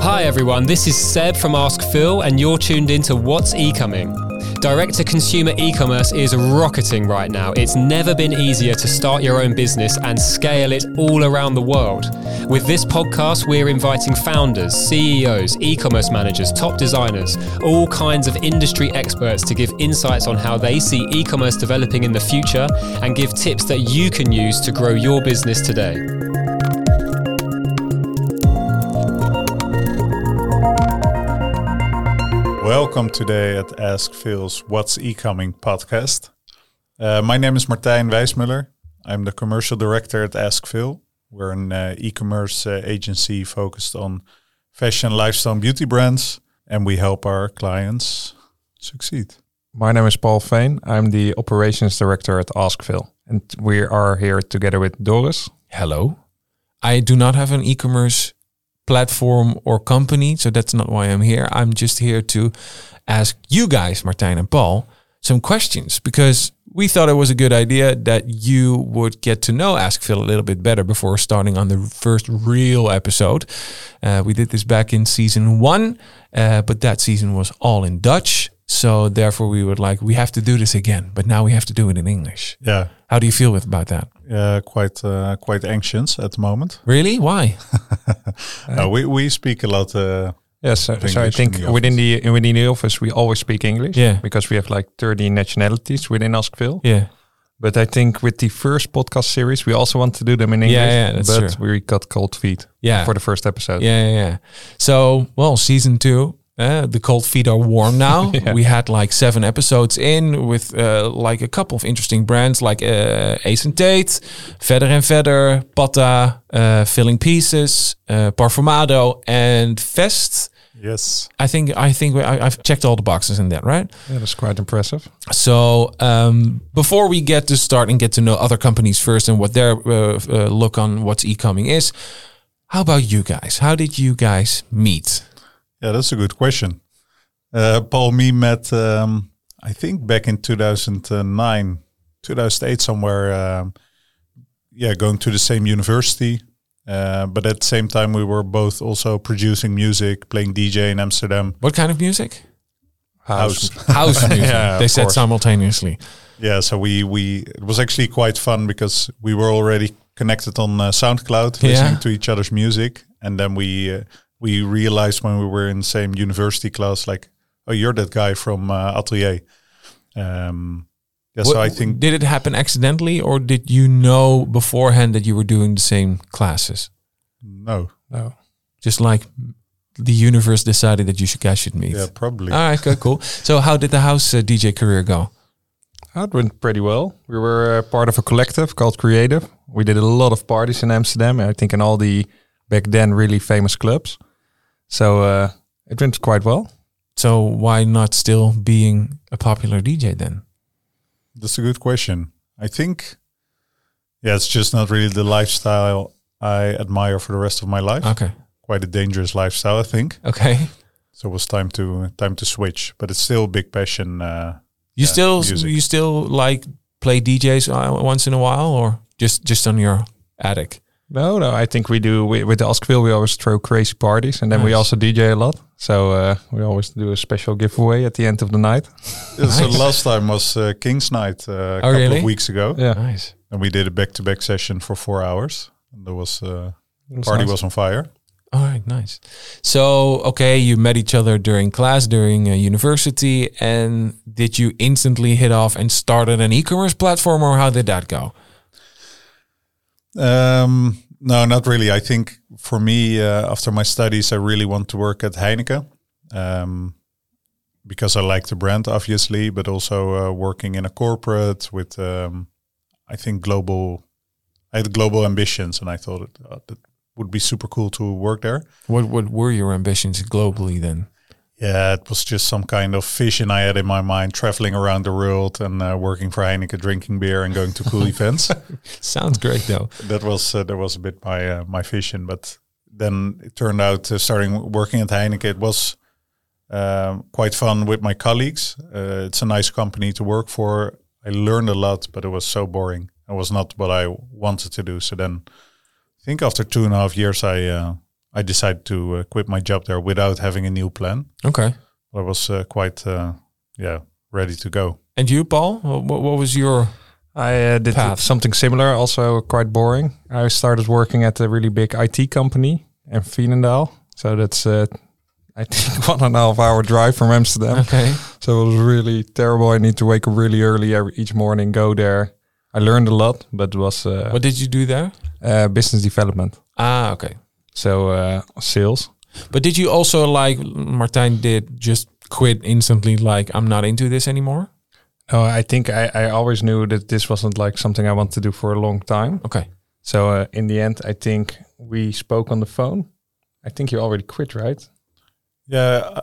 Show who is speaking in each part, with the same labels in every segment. Speaker 1: Hi everyone, this is Seb from Ask Phil, and you're tuned into What's Ecoming. Direct to consumer e commerce is rocketing right now. It's never been easier to start your own business and scale it all around the world. With this podcast, we're inviting founders, CEOs, e commerce managers, top designers, all kinds of industry experts to give insights on how they see e commerce developing in the future and give tips that you can use to grow your business today.
Speaker 2: Welcome today at Ask Phil's What's E-Coming podcast. Uh, my name is Martijn Wijsmuller. I'm the commercial director at Ask Phil. We're an uh, e-commerce uh, agency focused on fashion, lifestyle, and beauty brands, and we help our clients succeed.
Speaker 3: My name is Paul Veen. I'm the operations director at AskVille. And we are here together with Doris.
Speaker 4: hello i do not have an e-commerce platform or company so that's not why i'm here i'm just here to ask you guys martijn and paul some questions because we thought it was a good idea that you would get to know ask phil a little bit better before starting on the first real episode uh, we did this back in season one uh, but that season was all in dutch so therefore we would like we have to do this again but now we have to do it in english
Speaker 2: Yeah,
Speaker 4: how do you feel with about that
Speaker 2: uh, quite uh, quite anxious at the moment.
Speaker 4: really why
Speaker 2: Uh, we, we speak a lot. Uh,
Speaker 3: Yes, so, so I
Speaker 2: English in
Speaker 3: think
Speaker 2: the
Speaker 3: within the within the office we always speak English.
Speaker 4: Yeah.
Speaker 3: Because we have like 30 nationalities within AskVille.
Speaker 4: yeah
Speaker 3: But I think with the first podcast series we also want to do them in English.
Speaker 4: yeah, that's
Speaker 3: but we got cold feet
Speaker 4: Yeah.
Speaker 3: for the first episode.
Speaker 4: Yeah, yeah, yeah. So, well, season two, uh, the cold feet are warm now. We had like seven episodes in with uh, like a couple of interesting brands like uh, Ace and Tate, Verder and Verder, Pata, uh, Filling Pieces, uh, Parfumado, and Vest.
Speaker 2: yes.
Speaker 4: I think I think we, I, I've checked all the boxes in that, right?
Speaker 3: Yeah, that's quite impressive.
Speaker 4: So um, before we get to start and get to know other companies first and what their uh, uh, look on what's e-coming is, how about you guys? How did you guys meet?
Speaker 2: Yeah, that's a good question. Uh, Paul, me met, um, I think back in 2009, 2008, somewhere. Um, yeah, going to the same university. Uh, but at the same time, we were both also producing music, playing DJ in Amsterdam.
Speaker 4: What kind of music?
Speaker 2: House.
Speaker 4: House music.
Speaker 2: Yeah, of
Speaker 4: they said
Speaker 2: course.
Speaker 4: simultaneously.
Speaker 2: yeah, so we, we, it was actually quite fun because we were already connected on uh, SoundCloud,
Speaker 4: Yeah.
Speaker 2: listening to each other's music. And then we, uh, we realized when we were in the same university class, like, oh, you're that guy from uh, Atelier. Um, yeah, so I
Speaker 4: What-
Speaker 2: think
Speaker 4: did it happen accidentally or did you know beforehand that you were doing the same classes?
Speaker 2: No.
Speaker 3: No.
Speaker 4: Just like the universe decided that you should guys should meet.
Speaker 2: Yeah, probably.
Speaker 4: All right, okay, cool. So how did the house uh, DJ career go?
Speaker 3: It went pretty well. We were uh, part of a collective called Creative. We did a lot of parties in Amsterdam, I think in all the back then really famous clubs. So uh, it went quite well.
Speaker 4: So why not still being a popular DJ then?
Speaker 2: That's a good question. I think, yeah, it's just not really the lifestyle I admire for the rest of my life.
Speaker 4: Okay.
Speaker 2: Quite a dangerous lifestyle, I think.
Speaker 4: Okay.
Speaker 2: So it was time to time to switch, but it's still a big passion. Uh,
Speaker 4: You still
Speaker 2: music.
Speaker 4: you still like play DJs uh, once in a while or just just on your attic?
Speaker 3: No, no, I think we do. We, with Askville, we always throw crazy parties. And then we
Speaker 4: Nice.
Speaker 3: also DJ a lot. So uh, we always do a special giveaway at the end of the night.
Speaker 2: So last time was uh, King's Night uh, a couple
Speaker 4: really?
Speaker 2: of weeks ago,
Speaker 3: Yeah.
Speaker 4: Nice.
Speaker 2: and we did a back-to-back session for four hours. And there was uh,
Speaker 3: That's
Speaker 2: party
Speaker 3: nice.
Speaker 2: was on fire.
Speaker 4: All right, nice. So, okay, you met each other during class, during uh, university, and did you instantly hit off and started an e-commerce platform, or how did that go?
Speaker 2: Um, no, not really. I think for me, uh, after my studies, I really want to work at Heineken um, because I like the brand, obviously, but also uh, working in a corporate with, um, I think, global. I had global ambitions, and I thought it, uh, that would be super cool to work there.
Speaker 4: What what were your ambitions globally then?
Speaker 2: Yeah, it was just some kind of vision I had in my mind, traveling around the world and uh, working for Heineken, drinking beer, and going to cool events.
Speaker 4: Sounds great though.
Speaker 2: that was uh, that was a bit my uh, my vision, but then it turned out uh, starting working at Heineken it was um, quite fun with my colleagues. Uh, it's a nice company to work for. I learned a lot, but it was so boring. It was not what I wanted to do. So then, I think after two and a half years, I uh, I decided to uh, quit my job there without having a new plan.
Speaker 4: Okay.
Speaker 2: I was uh, quite, uh, yeah, ready to go.
Speaker 4: And you, Paul? What, what was your?
Speaker 3: I uh, did
Speaker 4: Path.
Speaker 3: something similar, also quite boring. I started working at a really big IT company in Veenendaal. So that's, uh, I think, one and a half hour drive from Amsterdam.
Speaker 4: Okay.
Speaker 3: so it was really terrible. I need to wake up really early every, each morning, go there. I learned a lot, but it was uh,
Speaker 4: What did you do there?
Speaker 3: uh, business development.
Speaker 4: Ah, okay.
Speaker 3: So uh, sales.
Speaker 4: But did you also like Martijn did just quit instantly? Like I'm not into this anymore.
Speaker 3: No, Oh, I think I, I always knew that this wasn't like something I want to do for a long time.
Speaker 4: Okay.
Speaker 3: So uh, in the end, I think we spoke on the phone. I think you already quit, right?
Speaker 2: Yeah, I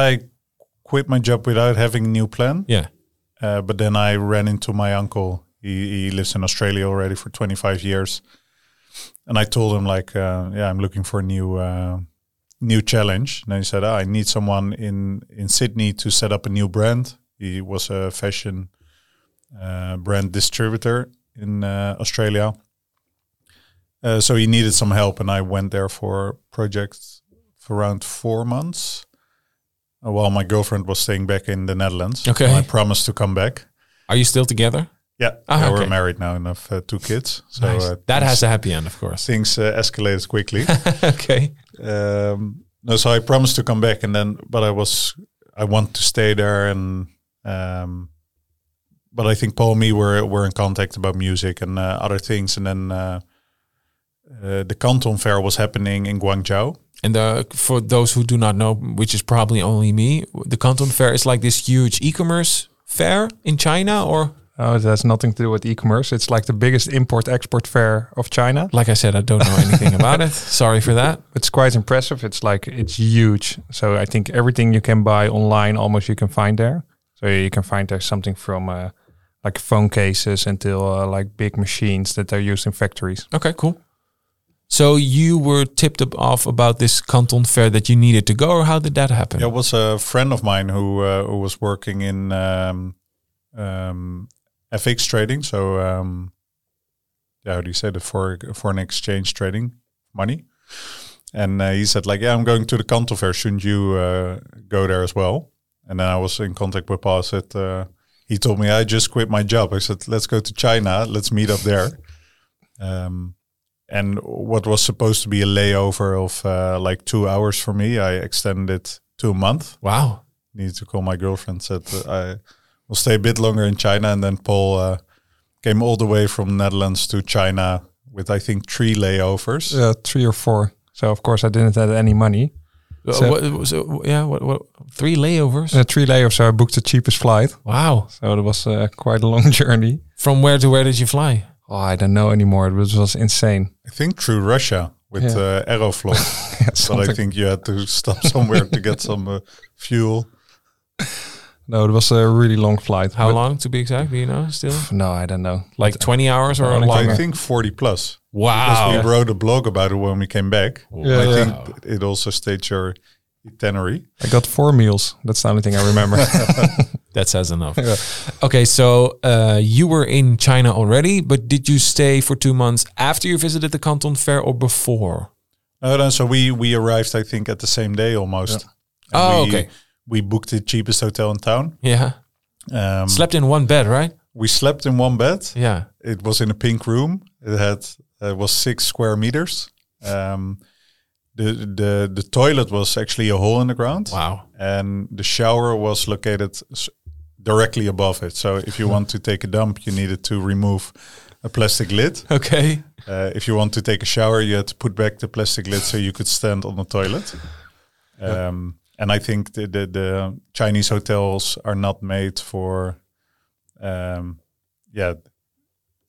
Speaker 2: I quit my job without having a new plan.
Speaker 4: Yeah.
Speaker 2: Uh, but then I ran into my uncle. He, he lives in Australia already for 25 years, and I told him like, uh, yeah, I'm looking for a new uh, new challenge. And then he said, ah, I need someone in in Sydney to set up a new brand. He was a fashion uh, brand distributor in uh, Australia. Uh, so he needed some help, and I went there for a project for around four months. Uh, While my girlfriend was staying back in the Netherlands,
Speaker 4: Okay.
Speaker 2: I promised to come back.
Speaker 4: Are you still together?
Speaker 2: Yeah,
Speaker 4: Ah,
Speaker 2: yeah,
Speaker 4: okay.
Speaker 2: we're married now and have uh, two kids. So
Speaker 4: Nice.
Speaker 2: uh,
Speaker 4: that has
Speaker 2: things-
Speaker 4: a happy end, of course.
Speaker 2: things uh, escalated quickly.
Speaker 4: okay.
Speaker 2: um, no, so I promised to come back, and then but I was I want to stay there, and um, but I think Paul and me were were in contact about music and uh, other things, and then uh, uh, the Canton Fair was happening in Guangzhou.
Speaker 4: And uh, for those who do not know, which is probably only me, the Canton Fair is like this huge e-commerce fair in China, or
Speaker 3: Oh, it has nothing to do with e-commerce. It's like the biggest import-export fair of China.
Speaker 4: like I said, I don't know anything about it. Sorry for that.
Speaker 3: It's quite impressive. It's like it's huge. So I think everything you can buy online, almost you can find there. So you can find there something from uh, like phone cases until uh, like big machines that are used in factories.
Speaker 4: Okay, cool. So you were tipped up- off about this Canton Fair that you needed to go, or how did that happen?
Speaker 2: Yeah, it was a friend of mine who uh, who was working in um, um, FX trading. So um, yeah, how do you say the for foreign exchange trading money? And uh, he said like, yeah, I'm going to the Canton Fair. Shouldn't you uh, go there as well? And then I was in contact with Paul. I said, uh, he told me I just quit my job. I said, let's go to China. Let's meet up there. Um, and what was supposed to be a layover of uh, like two hours for me, I extended it to a month.
Speaker 4: Wow.
Speaker 2: Needed to call my girlfriend. Said uh, I will stay a bit longer in China, and then Paul uh, came all the way from Netherlands to China with I think three layovers.
Speaker 3: Uh, three or four. So of course I didn't have any money.
Speaker 4: Uh,
Speaker 3: So-
Speaker 4: what- so, yeah. What, what? Three layovers.
Speaker 3: Uh, three layers. So I booked the cheapest flight.
Speaker 4: wow.
Speaker 3: So it was uh, quite a long journey.
Speaker 4: From where to where did you fly?
Speaker 3: Oh, I don't know anymore. It was, was insane.
Speaker 2: I think through Russia with
Speaker 3: Yeah.
Speaker 2: uh, Aeroflot.
Speaker 3: Yeah,
Speaker 2: but I
Speaker 3: something-
Speaker 2: think you had to stop somewhere to get some uh, fuel.
Speaker 3: no, it was a really long flight.
Speaker 4: How
Speaker 3: But-
Speaker 4: long to be exact? Do you know still?
Speaker 3: No, I don't know.
Speaker 4: Like twenty hours or
Speaker 3: Only
Speaker 4: longer?
Speaker 2: I think forty plus.
Speaker 4: Wow.
Speaker 2: We wrote a blog about it when we came back.
Speaker 3: Yeah,
Speaker 2: I
Speaker 3: yeah.
Speaker 2: think it also states your itinerary.
Speaker 3: I got four meals. That's the only thing I remember.
Speaker 4: That says enough.
Speaker 3: Yeah.
Speaker 4: Okay, so uh, you were in China already, but did you stay for two months after you visited the Canton Fair or before?
Speaker 2: No, no. So we we arrived, I think, at the same day almost. And
Speaker 4: Oh,
Speaker 2: we,
Speaker 4: okay.
Speaker 2: We booked the cheapest hotel in town.
Speaker 4: Yeah.
Speaker 2: Um,
Speaker 4: Slept in one bed, right?
Speaker 2: we slept in one bed.
Speaker 4: Yeah.
Speaker 2: It was in a pink room. It had it was six square meters. Um, the the the toilet was actually a hole in the ground,
Speaker 4: Wow.
Speaker 2: and the shower was located s- directly above it. So if you want to take a dump, you needed to remove a plastic lid.
Speaker 4: Okay.
Speaker 2: Uh, if you want to take a shower, you had to put back the plastic lid so you could stand on the toilet. Um, and I think the, the the Chinese hotels are not made for, um, yeah,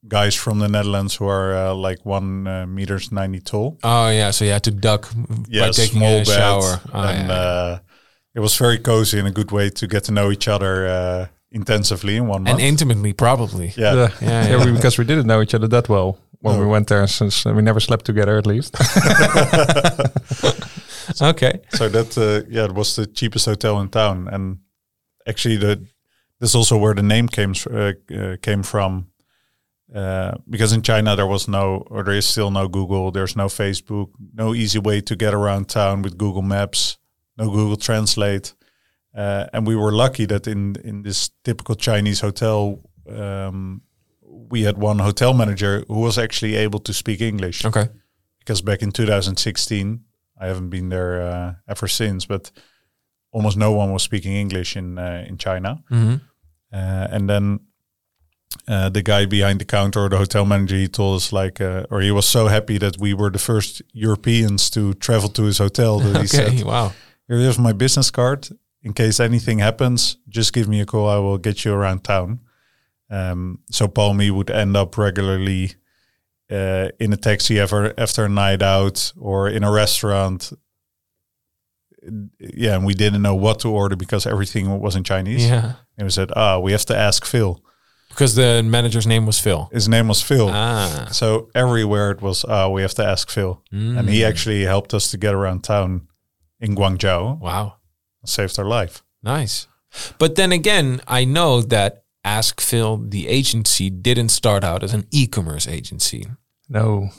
Speaker 2: guys from the Netherlands who are uh, like one uh, meters ninety tall.
Speaker 4: Oh yeah, so you had to duck
Speaker 2: Yeah,
Speaker 4: by taking
Speaker 2: small
Speaker 4: a
Speaker 2: bed,
Speaker 4: shower. Oh,
Speaker 2: and
Speaker 4: yeah.
Speaker 2: uh, it was very cozy and a good way to get to know each other uh, intensively in one
Speaker 4: and
Speaker 2: month.
Speaker 4: intimately probably.
Speaker 2: yeah,
Speaker 3: yeah,
Speaker 4: Yeah,
Speaker 3: yeah,
Speaker 4: yeah.
Speaker 3: we- because we didn't know each other that well when we went there, since uh, we never slept together at least.
Speaker 4: Okay.
Speaker 2: so that uh, yeah, it was the cheapest hotel in town, and actually the that's also where the name came s- uh, uh, came from. Uh, because in China there was no, or there is still no Google. There's no Facebook. No easy way to get around town with Google Maps. No Google Translate. Uh, and we were lucky that in in this typical Chinese hotel, um, we had one hotel manager who was actually able to speak English.
Speaker 4: Okay.
Speaker 2: Because back in 2016, I haven't been there uh, ever since, but almost no one was speaking English in uh, in China.
Speaker 4: Mm-hmm.
Speaker 2: Uh, and then uh, the guy behind the counter or the hotel manager, he told us like, uh, or he was so happy that we were the first Europeans to travel to his hotel. That he said,
Speaker 4: Okay. Wow.
Speaker 2: "Here is my business card. In case anything happens, just give me a call. I will get you around town." Um, so Palmy would end up regularly uh, in a taxi ever after a night out or in a restaurant. Yeah, and we didn't know what to order because everything was in Chinese.
Speaker 4: Yeah.
Speaker 2: And we said, ah, we have to ask Phil.
Speaker 4: Because the manager's name was Phil.
Speaker 2: His name was Phil.
Speaker 4: Ah.
Speaker 2: So everywhere it was, ah, we have to ask Phil. And
Speaker 4: Mm.
Speaker 2: he actually helped us to get around town in Guangzhou
Speaker 4: Wow.
Speaker 2: and saved our life.
Speaker 4: Nice. But then again, I know that Ask Phil, the agency, didn't start out as an e commerce agency.
Speaker 3: No,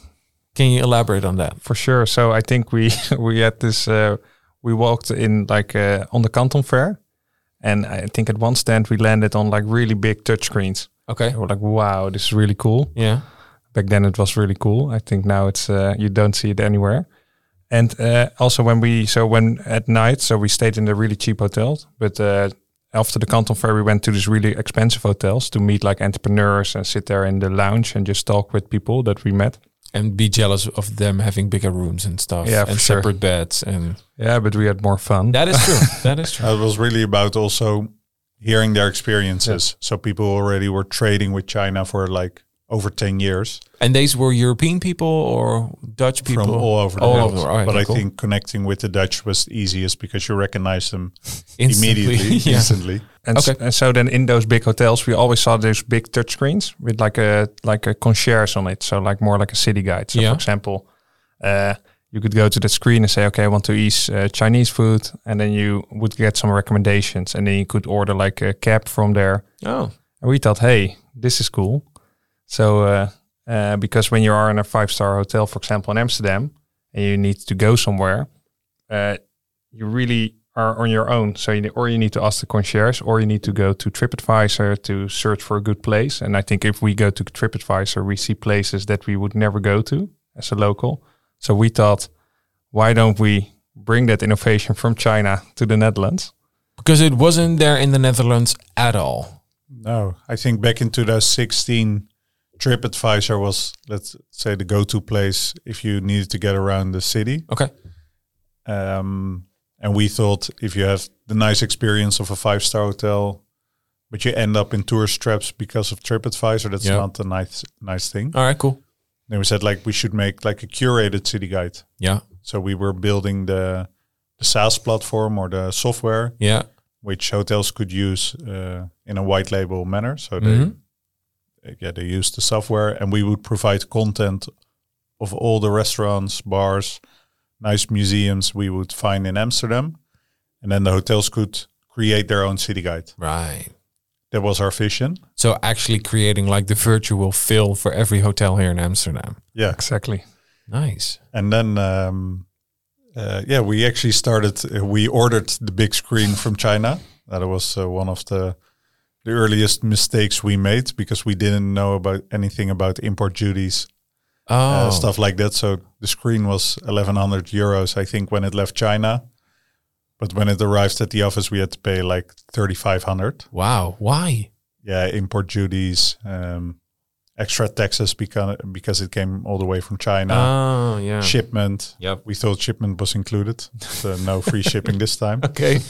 Speaker 4: Can you elaborate on that?
Speaker 3: for sure. So I think we we had this. Uh, we walked in like uh, on the Canton Fair, and I think at one stand we landed on like really big touchscreens.
Speaker 4: Okay.
Speaker 3: And we're like, wow, this is really cool.
Speaker 4: Yeah.
Speaker 3: Back then it was really cool. I think now it's uh, you don't see it anywhere. And uh, also when we so when at night, so we stayed in the really cheap hotels, but uh, after the Canton Fair, we went to these really expensive hotels to meet like entrepreneurs and sit there in the lounge and just talk with people that we met.
Speaker 4: And be jealous of them having bigger rooms and stuff.
Speaker 3: Yeah,
Speaker 4: And
Speaker 3: for sure.
Speaker 4: separate beds. And
Speaker 3: Yeah, but we had more fun.
Speaker 4: that is true. that is true.
Speaker 2: Uh, It was really about also hearing their experiences. So people already were trading with China for like over 10 years
Speaker 4: And these were European people or Dutch people?
Speaker 2: from all over the
Speaker 4: All
Speaker 2: world.
Speaker 4: over. All right,
Speaker 2: but I
Speaker 4: cool.
Speaker 2: think connecting with the Dutch was easiest because you recognize them
Speaker 4: Instantly.
Speaker 2: immediately,
Speaker 4: yeah.
Speaker 2: instantly.
Speaker 3: And, s-
Speaker 4: Okay.
Speaker 3: and so then in those big hotels, we always saw those big touchscreens with like a like a concierge on it, so like more like a city guide. So
Speaker 4: Yeah.
Speaker 3: for example, uh, you could go to the screen and say, okay, I want to eat uh, Chinese food, and then you would get some recommendations, and then you could order like a cab from there.
Speaker 4: Oh.
Speaker 3: And we thought, hey, this is cool. So uh, uh, because when you are in a five star hotel, for example, in Amsterdam, and you need to go somewhere, uh, you really are on your own. So you, ne- or you need to ask the concierge, or you need to go to TripAdvisor to search for a good place. And I think if we go to TripAdvisor, we see places that we would never go to as a local. So we thought, why don't we bring that innovation from China to the Netherlands?
Speaker 4: Because it wasn't there in the Netherlands at all.
Speaker 2: No, I think back in 2016, TripAdvisor was, let's say, the go-to place if you needed to get around the city.
Speaker 4: Okay.
Speaker 2: Um, and we thought if you have the nice experience of a five-star hotel, but you end up in tourist traps because of TripAdvisor, that's
Speaker 4: Yeah.
Speaker 2: not a nice nice thing.
Speaker 4: All right, cool.
Speaker 2: Then we said like we should make like a curated city guide.
Speaker 4: Yeah.
Speaker 2: So we were building the the SaaS platform or the software
Speaker 4: Yeah.
Speaker 2: which hotels could use uh, in a white label manner. So they,
Speaker 4: Mhm.
Speaker 2: uh, yeah, they use the software, and we would provide content of all the restaurants, bars, nice museums we would find in Amsterdam, and then the hotels could create their own city guide.
Speaker 4: Right.
Speaker 2: That was our vision.
Speaker 4: So actually creating like the virtual fill for every hotel here in Amsterdam.
Speaker 2: Yeah,
Speaker 3: Exactly.
Speaker 4: Nice.
Speaker 2: and then. Um, uh, yeah, we actually started. Uh, we ordered the big screen from China. That was uh, one of the the earliest mistakes we made because we didn't know about anything about import duties
Speaker 4: Oh,
Speaker 2: uh, stuff like that. So the screen was 1100 euros, I think, when it left China. But when it arrived at the office, we had to pay like 3500.
Speaker 4: wow. Why?
Speaker 2: Yeah, import duties, um, extra taxes because, because it came all the way from China.
Speaker 4: Oh, yeah.
Speaker 2: Shipment.
Speaker 4: Yep.
Speaker 2: We thought shipment was included. but, uh, no free shipping this time.
Speaker 4: Okay.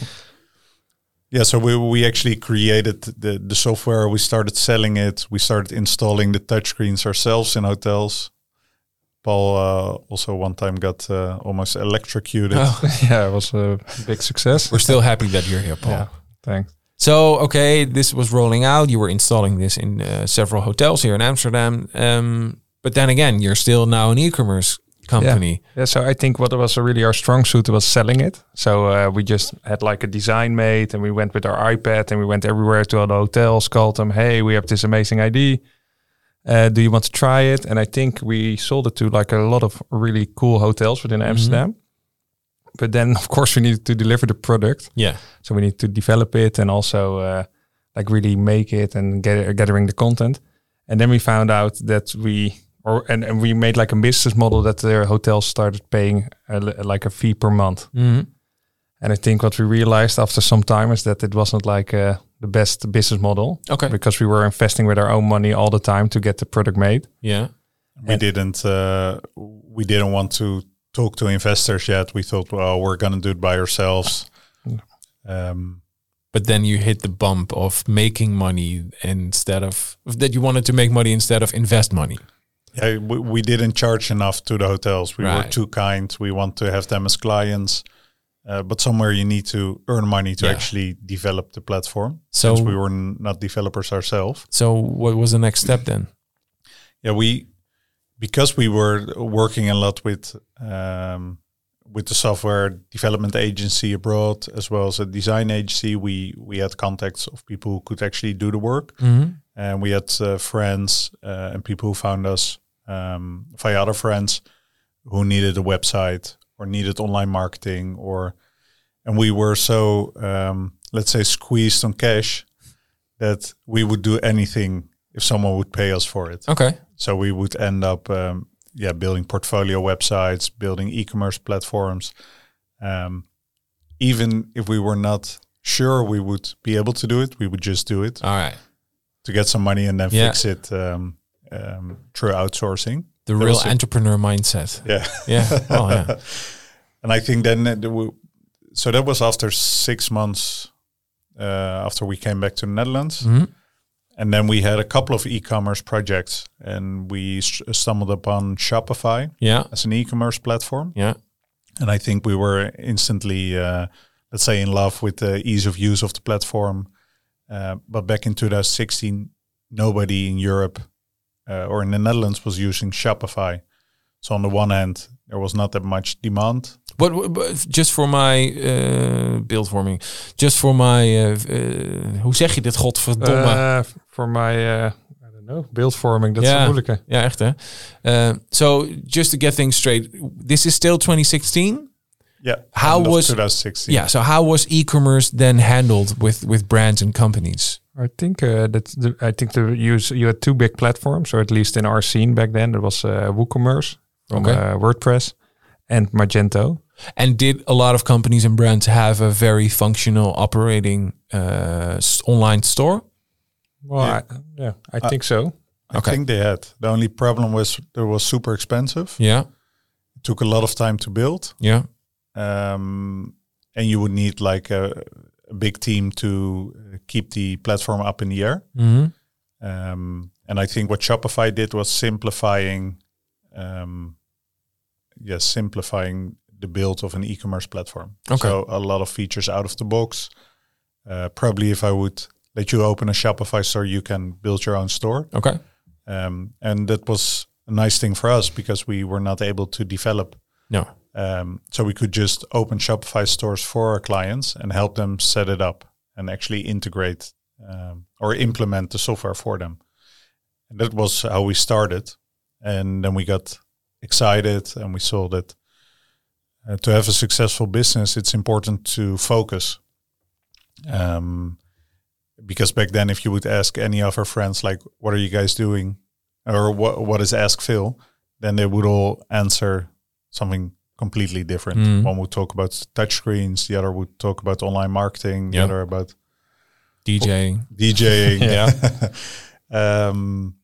Speaker 2: Yeah, so we, we actually created the, the software. We started selling it. We started installing the touchscreens ourselves in hotels. Paul uh, also one time got uh, almost electrocuted.
Speaker 4: Oh,
Speaker 3: yeah, it was a big success.
Speaker 4: We're still happy that you're here, Paul.
Speaker 3: Yeah, thanks.
Speaker 4: So, okay, this was rolling out. You were installing this in uh, several hotels here in Amsterdam. Um, but then again, you're still now an e-commerce company.
Speaker 3: Yeah, so I think what was really our strong suit was selling it. So uh, we just had like a design made and we went with our iPad and we went everywhere to all the hotels, called them, hey, we have this amazing idea. Uh, do you want to try it? And I think we sold it to like a lot of really cool hotels within Amsterdam. But then, of course, we needed to deliver the product.
Speaker 4: Yeah.
Speaker 3: So we need to develop it and also uh, like really make it and get gathering the content. And then we found out that we or and, and we made like a business model that their hotels started paying a, li- like a fee per month.
Speaker 4: Mhm.
Speaker 3: And I think what we realized after some time is that it wasn't like uh, the best business model
Speaker 4: Okay.
Speaker 3: because we were investing with our own money all the time to get the product made.
Speaker 4: Yeah.
Speaker 2: we didn't uh, we didn't want to talk to investors yet. We thought, well, we're gonna do it by ourselves.
Speaker 4: Mm.
Speaker 2: Um,
Speaker 4: But then you hit the bump of making money instead of that you wanted to make money instead of invest money.
Speaker 2: yeah, we, we didn't charge enough to the hotels. We were
Speaker 4: Right.
Speaker 2: too kind. We want to have them as clients, uh, but somewhere you need to earn money to
Speaker 4: Yeah.
Speaker 2: actually develop the platform.
Speaker 4: So-
Speaker 2: Since we were n- not developers ourselves,
Speaker 4: So what was the next step then?
Speaker 2: yeah, we because we were working a lot with um, with the software development agency abroad as well as a design agency. We we had contacts of people who could actually do the work, and we had uh, friends uh, and people who found us um, via other friends who needed a website or needed online marketing or and we were so um, let's say squeezed on cash that we would do anything if someone would pay us for it
Speaker 4: Okay.
Speaker 2: so we would end up, um, yeah, building portfolio websites, building e-commerce platforms. Um, even if we were not sure we would be able to do it, we would just do it
Speaker 4: All right.
Speaker 2: to get some money and then
Speaker 4: Yeah.
Speaker 2: fix it um, um, through outsourcing.
Speaker 4: The real
Speaker 2: was a-
Speaker 4: entrepreneur mindset.
Speaker 2: Yeah,
Speaker 4: Yeah. Oh yeah.
Speaker 2: and I think then uh, the w- so that was after six months uh, after we came back to the Netherlands.
Speaker 4: Mhm.
Speaker 2: And then we had a couple of e-commerce projects, and we s- stumbled upon Shopify
Speaker 4: Yeah.
Speaker 2: as an e-commerce platform.
Speaker 4: Yeah.
Speaker 2: and I think we were instantly, uh, let's say, in love with the ease of use of the platform. Uh, but back in 2016, nobody in Europe uh, or in the Netherlands was using Shopify. So on the one hand, there was not that much demand.
Speaker 4: But, but just voor my uh, beeldvorming, just voor my, uh, uh, hoe zeg je dit godverdomme?
Speaker 3: Uh, voor mij, uh, I don't know, beeldvorming, dat is
Speaker 4: Ja.
Speaker 3: een moeilijke.
Speaker 4: ja, echt hè. Uh, so just to get things straight, this is still 2016.
Speaker 2: Yeah.
Speaker 4: How
Speaker 2: end of
Speaker 4: was-
Speaker 2: 2016?
Speaker 4: Yeah. So how was e-commerce then handled with with brands and companies?
Speaker 3: I think uh, that the, I think the you s- you had two big platforms, or at least in our scene back then, there was uh, WooCommerce from
Speaker 4: Okay.
Speaker 3: uh, WordPress and Magento.
Speaker 4: And did a lot of companies and brands have a very functional operating uh, s- online store?
Speaker 3: Well,
Speaker 2: Yeah.
Speaker 3: yeah, I, yeah, I think so.
Speaker 2: I
Speaker 4: Okay.
Speaker 2: think they had. The only problem was it was super expensive.
Speaker 4: Yeah.
Speaker 2: It took a lot of time to build.
Speaker 4: Yeah.
Speaker 2: um, and you would need like a, a big team to uh, keep the platform up in the air.
Speaker 4: Mhm.
Speaker 2: Um, and I think what Shopify did was simplifying, um, yes, simplifying the build of an e-commerce platform.
Speaker 4: Okay.
Speaker 2: So a lot of features out of the box. Uh, probably if I would let you open a Shopify store, you can build your own store.
Speaker 4: Okay.
Speaker 2: Um, and that was a nice thing for us because we were not able to develop
Speaker 4: No.
Speaker 2: um, so we could just open Shopify stores for our clients and help them set it up and actually integrate um, or implement the software for them. And that was how we started. And then we got excited and we saw that uh, to have a successful business, it's important to focus. Um, because back then, if you would ask any of our friends, like, what are you guys doing? Or what, what is Ask Phil? Then they would all answer something completely different.
Speaker 4: Mm.
Speaker 2: One would talk about touchscreens, the other would talk about online marketing, the
Speaker 4: Yeah.
Speaker 2: other about
Speaker 4: DJing.
Speaker 2: DJing.
Speaker 4: Yeah.
Speaker 2: um,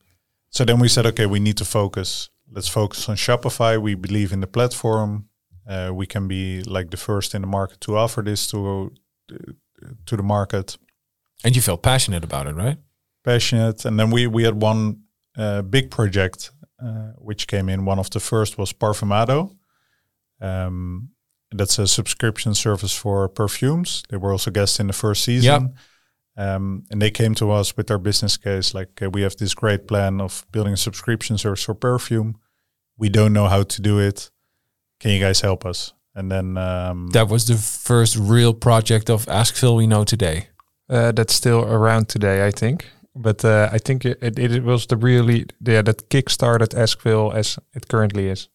Speaker 2: so then we said, okay, we need to focus. Let's focus on Shopify. We believe in the platform. Uh, we can be like the first in the market to offer this to uh, to the market.
Speaker 4: And you felt passionate about it, right?
Speaker 2: Passionate, and then we we had one uh, big project uh, which came in. One of the first was Parfumado. Um, that's a subscription service for perfumes. They were also guests in the first season. Um, and they came to us with their business case, like uh, we have this great plan of building a subscription service for perfume. We don't know how to do it. Can you guys help us? And then, um,
Speaker 4: That was the first real project of Ask Phil we know today.
Speaker 3: Uh, that's still around today, I think. But uh, I think it, it, it was the really yeah that kickstarted Askville as it currently is.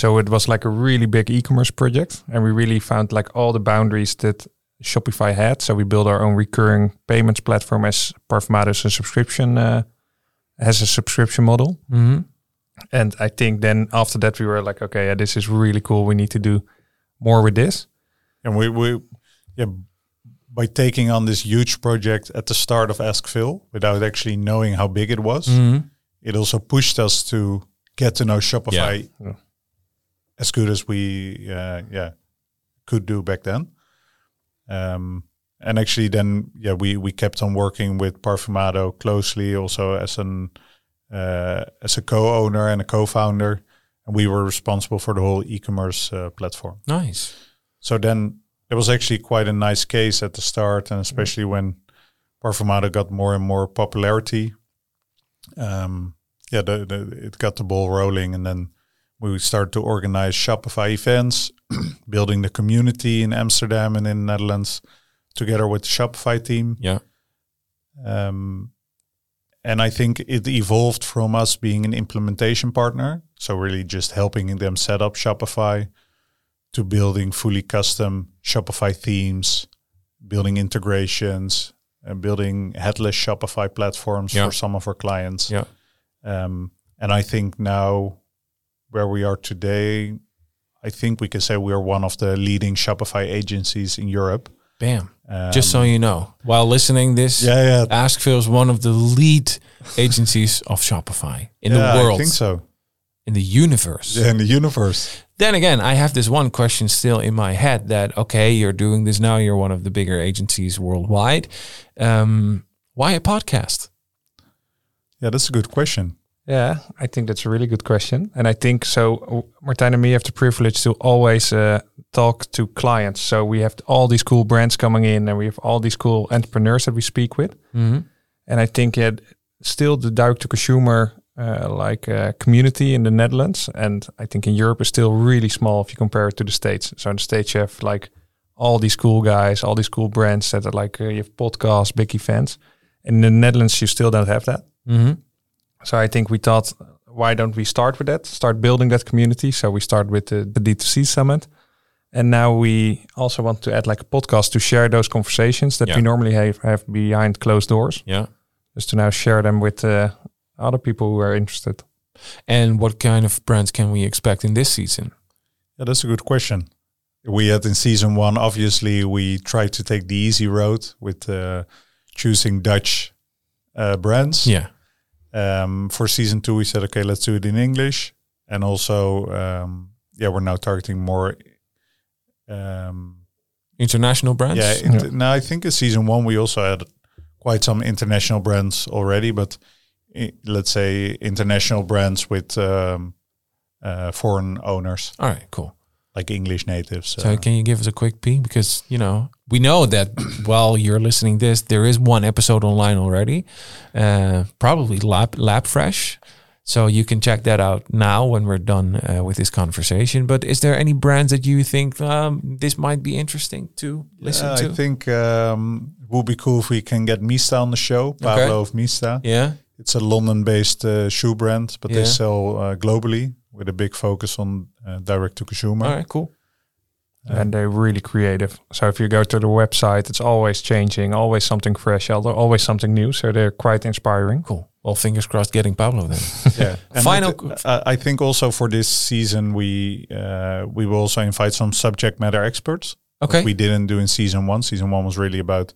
Speaker 3: So it was like a really big e-commerce project, and we really found like all the boundaries that Shopify had. So we built our own recurring payments platform as Parfumatus a subscription uh, has a subscription model.
Speaker 4: Mm-hmm.
Speaker 3: And I think then after that we were like, okay, yeah, this is really cool. We need to do more with this.
Speaker 2: And we, we yeah, by taking on this huge project at the start of Ask Phil without actually knowing how big it was, it also pushed us to get to know Shopify
Speaker 3: Yeah. Yeah.
Speaker 2: as good as we uh, yeah could do back then. Um, and actually, then yeah, we we kept on working with Parfumado closely, also as an uh, as a co-owner and a co-founder, and we were responsible for the whole e-commerce uh, platform.
Speaker 4: Nice.
Speaker 2: So then it was actually quite a nice case at the start, and especially when Parfumado got more and more popularity. Um, yeah, the, the, it got the ball rolling, and then we started to organize Shopify events, building the community in Amsterdam and in the Netherlands, together with the Shopify team.
Speaker 4: Yeah.
Speaker 2: Um, and I think it evolved from us being an implementation partner, so really just helping them set up Shopify, to building fully custom Shopify themes, building integrations, and building headless Shopify platforms
Speaker 4: Yeah.
Speaker 2: for some of our clients.
Speaker 4: Yeah.
Speaker 2: Um, and I think now, where we are today, I think we can say we are one of the leading Shopify agencies in Europe.
Speaker 4: Bam.
Speaker 2: Um,
Speaker 4: Just so you know, while listening this,
Speaker 2: yeah, yeah,
Speaker 4: Ask Phil is one of the lead agencies of Shopify in
Speaker 2: yeah,
Speaker 4: the world,
Speaker 2: I think so.
Speaker 4: in the universe.
Speaker 2: Yeah, in the universe.
Speaker 4: Then again, I have this one question still in my head that okay, you're doing this now. You're one of the bigger agencies worldwide. Um, why a podcast?
Speaker 2: Yeah, that's a good question.
Speaker 3: Yeah, I think that's a really good question. And I think so, w- Martijn and me have the privilege to always uh, talk to clients. So we have all these cool brands coming in and we have all these cool entrepreneurs that we speak with.
Speaker 4: Mhm.
Speaker 3: And I think yeah, still the direct to consumer uh, like uh, community in the Netherlands and I think in Europe is still really small if you compare it to the States. So in the States, you have like all these cool guys, all these cool brands that are like, uh, you have podcasts, big events. In the Netherlands, you still don't have that.
Speaker 4: Mm-hmm.
Speaker 3: So I think we thought, why don't we start with that? Start building that community. So we start with the, the D2C summit. And now we also want to add like a podcast to share those conversations that
Speaker 4: Yeah.
Speaker 3: we normally have, have behind closed doors.
Speaker 4: Yeah.
Speaker 3: Just to now share them with uh, other people who are interested.
Speaker 4: And what kind of brands can we expect in this season?
Speaker 2: Yeah, that's a good question. We had in season one, obviously, we tried to take the easy road with uh, choosing Dutch uh, brands.
Speaker 4: Yeah.
Speaker 2: Um, for season two, we said, okay, let's do it in English. And also, um, yeah, we're now targeting more. Um,
Speaker 4: International brands.
Speaker 2: yeah,
Speaker 3: Yeah.
Speaker 2: int- now I think in season one, we also had quite some international brands already, but i- let's say international brands with um, uh, foreign owners,
Speaker 4: All right. Cool.
Speaker 2: like English natives.
Speaker 4: So can you give us a quick peek? Because you know we know that while you're listening this, there is one episode online already, uh, probably lab lab fresh. So you can check that out now when we're done uh, with this conversation. But is there any brands that you think um, this might be interesting to listen
Speaker 2: Yeah,
Speaker 4: to?
Speaker 2: I think um, it would be cool if we can get Mista on the show, Pablo of Mista.
Speaker 4: yeah,
Speaker 2: It's a London-based uh, shoe brand, but they
Speaker 4: Yeah.
Speaker 2: sell uh, globally with a big focus on uh, direct to consumer.
Speaker 4: all right, cool.
Speaker 3: and they're really creative. So if you go to the website, it's always changing, always something fresh, al- always something new. So they're quite inspiring.
Speaker 4: Cool. Well, fingers crossed getting Pablo then.
Speaker 2: Yeah. And
Speaker 4: Final
Speaker 2: I, th- I I think also for this season we uh, we will also invite some subject matter experts. which
Speaker 4: Okay.
Speaker 2: We didn't do in season one. Season one was really about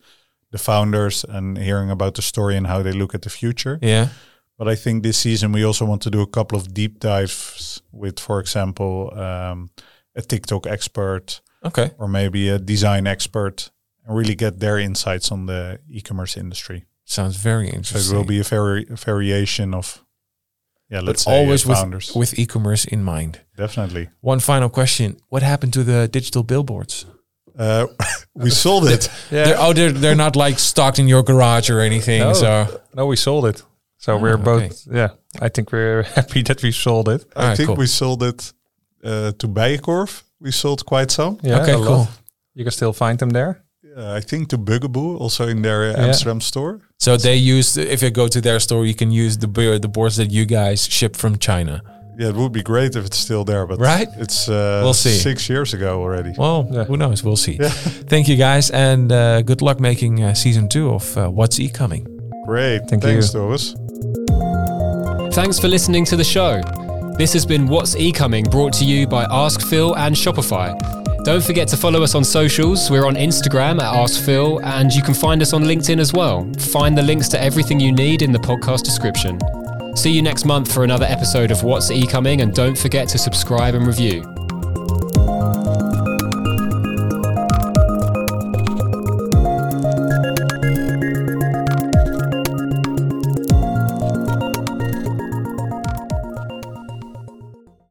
Speaker 2: the founders and hearing about the story and how they look at the future.
Speaker 4: Yeah.
Speaker 2: But I think this season we also want to do a couple of deep dives with, for example, um, a TikTok expert
Speaker 4: Okay.
Speaker 2: or maybe a design expert and really get their insights on the e-commerce industry.
Speaker 4: Sounds very
Speaker 2: So it
Speaker 4: interesting.
Speaker 2: will be a, vari- a variation of, yeah, let's
Speaker 4: but
Speaker 2: say
Speaker 4: always
Speaker 2: uh, founders.
Speaker 4: with, with e-commerce in mind.
Speaker 2: Definitely.
Speaker 4: One final question: What happened to the digital billboards?
Speaker 2: Uh, we sold it.
Speaker 4: They're, oh, they're, they're not like stocked in your garage or anything.
Speaker 3: No.
Speaker 4: So
Speaker 3: No, we sold it. So we're both, yeah, I think we're happy that we sold it.
Speaker 2: I
Speaker 4: Alright,
Speaker 2: think
Speaker 4: Ah, cool.
Speaker 2: we sold it uh, to Bijenkorf. We sold quite some.
Speaker 3: Yeah,
Speaker 4: okay,
Speaker 3: a
Speaker 4: cool.
Speaker 3: lot. You can still find them there.
Speaker 2: uh, I think to Bugaboo also in their uh,
Speaker 3: Yeah.
Speaker 2: Amsterdam store.
Speaker 4: So they use if you go to their store, you can use the beer, the boards that you guys ship from China.
Speaker 2: Yeah, it would be great if it's still there, but
Speaker 4: Right?
Speaker 2: it's uh,
Speaker 4: We'll see.
Speaker 2: six years ago already.
Speaker 4: Well,
Speaker 3: Yeah.
Speaker 4: who knows? We'll see. Thank you guys, and uh, good luck making uh, season two of uh, What's E coming.
Speaker 2: Great,
Speaker 3: Thank
Speaker 2: thanks,
Speaker 3: you.
Speaker 2: Thomas.
Speaker 1: Thanks for listening to the show. This has been What's Ecoming brought to you by Ask Phil and Shopify. Don't forget to follow us on socials. We're on Instagram at Ask Phil, and you can find us on LinkedIn as well. Find the links to everything you need in the podcast description. See you next month for another episode of What's Ecoming, and don't forget to subscribe and review.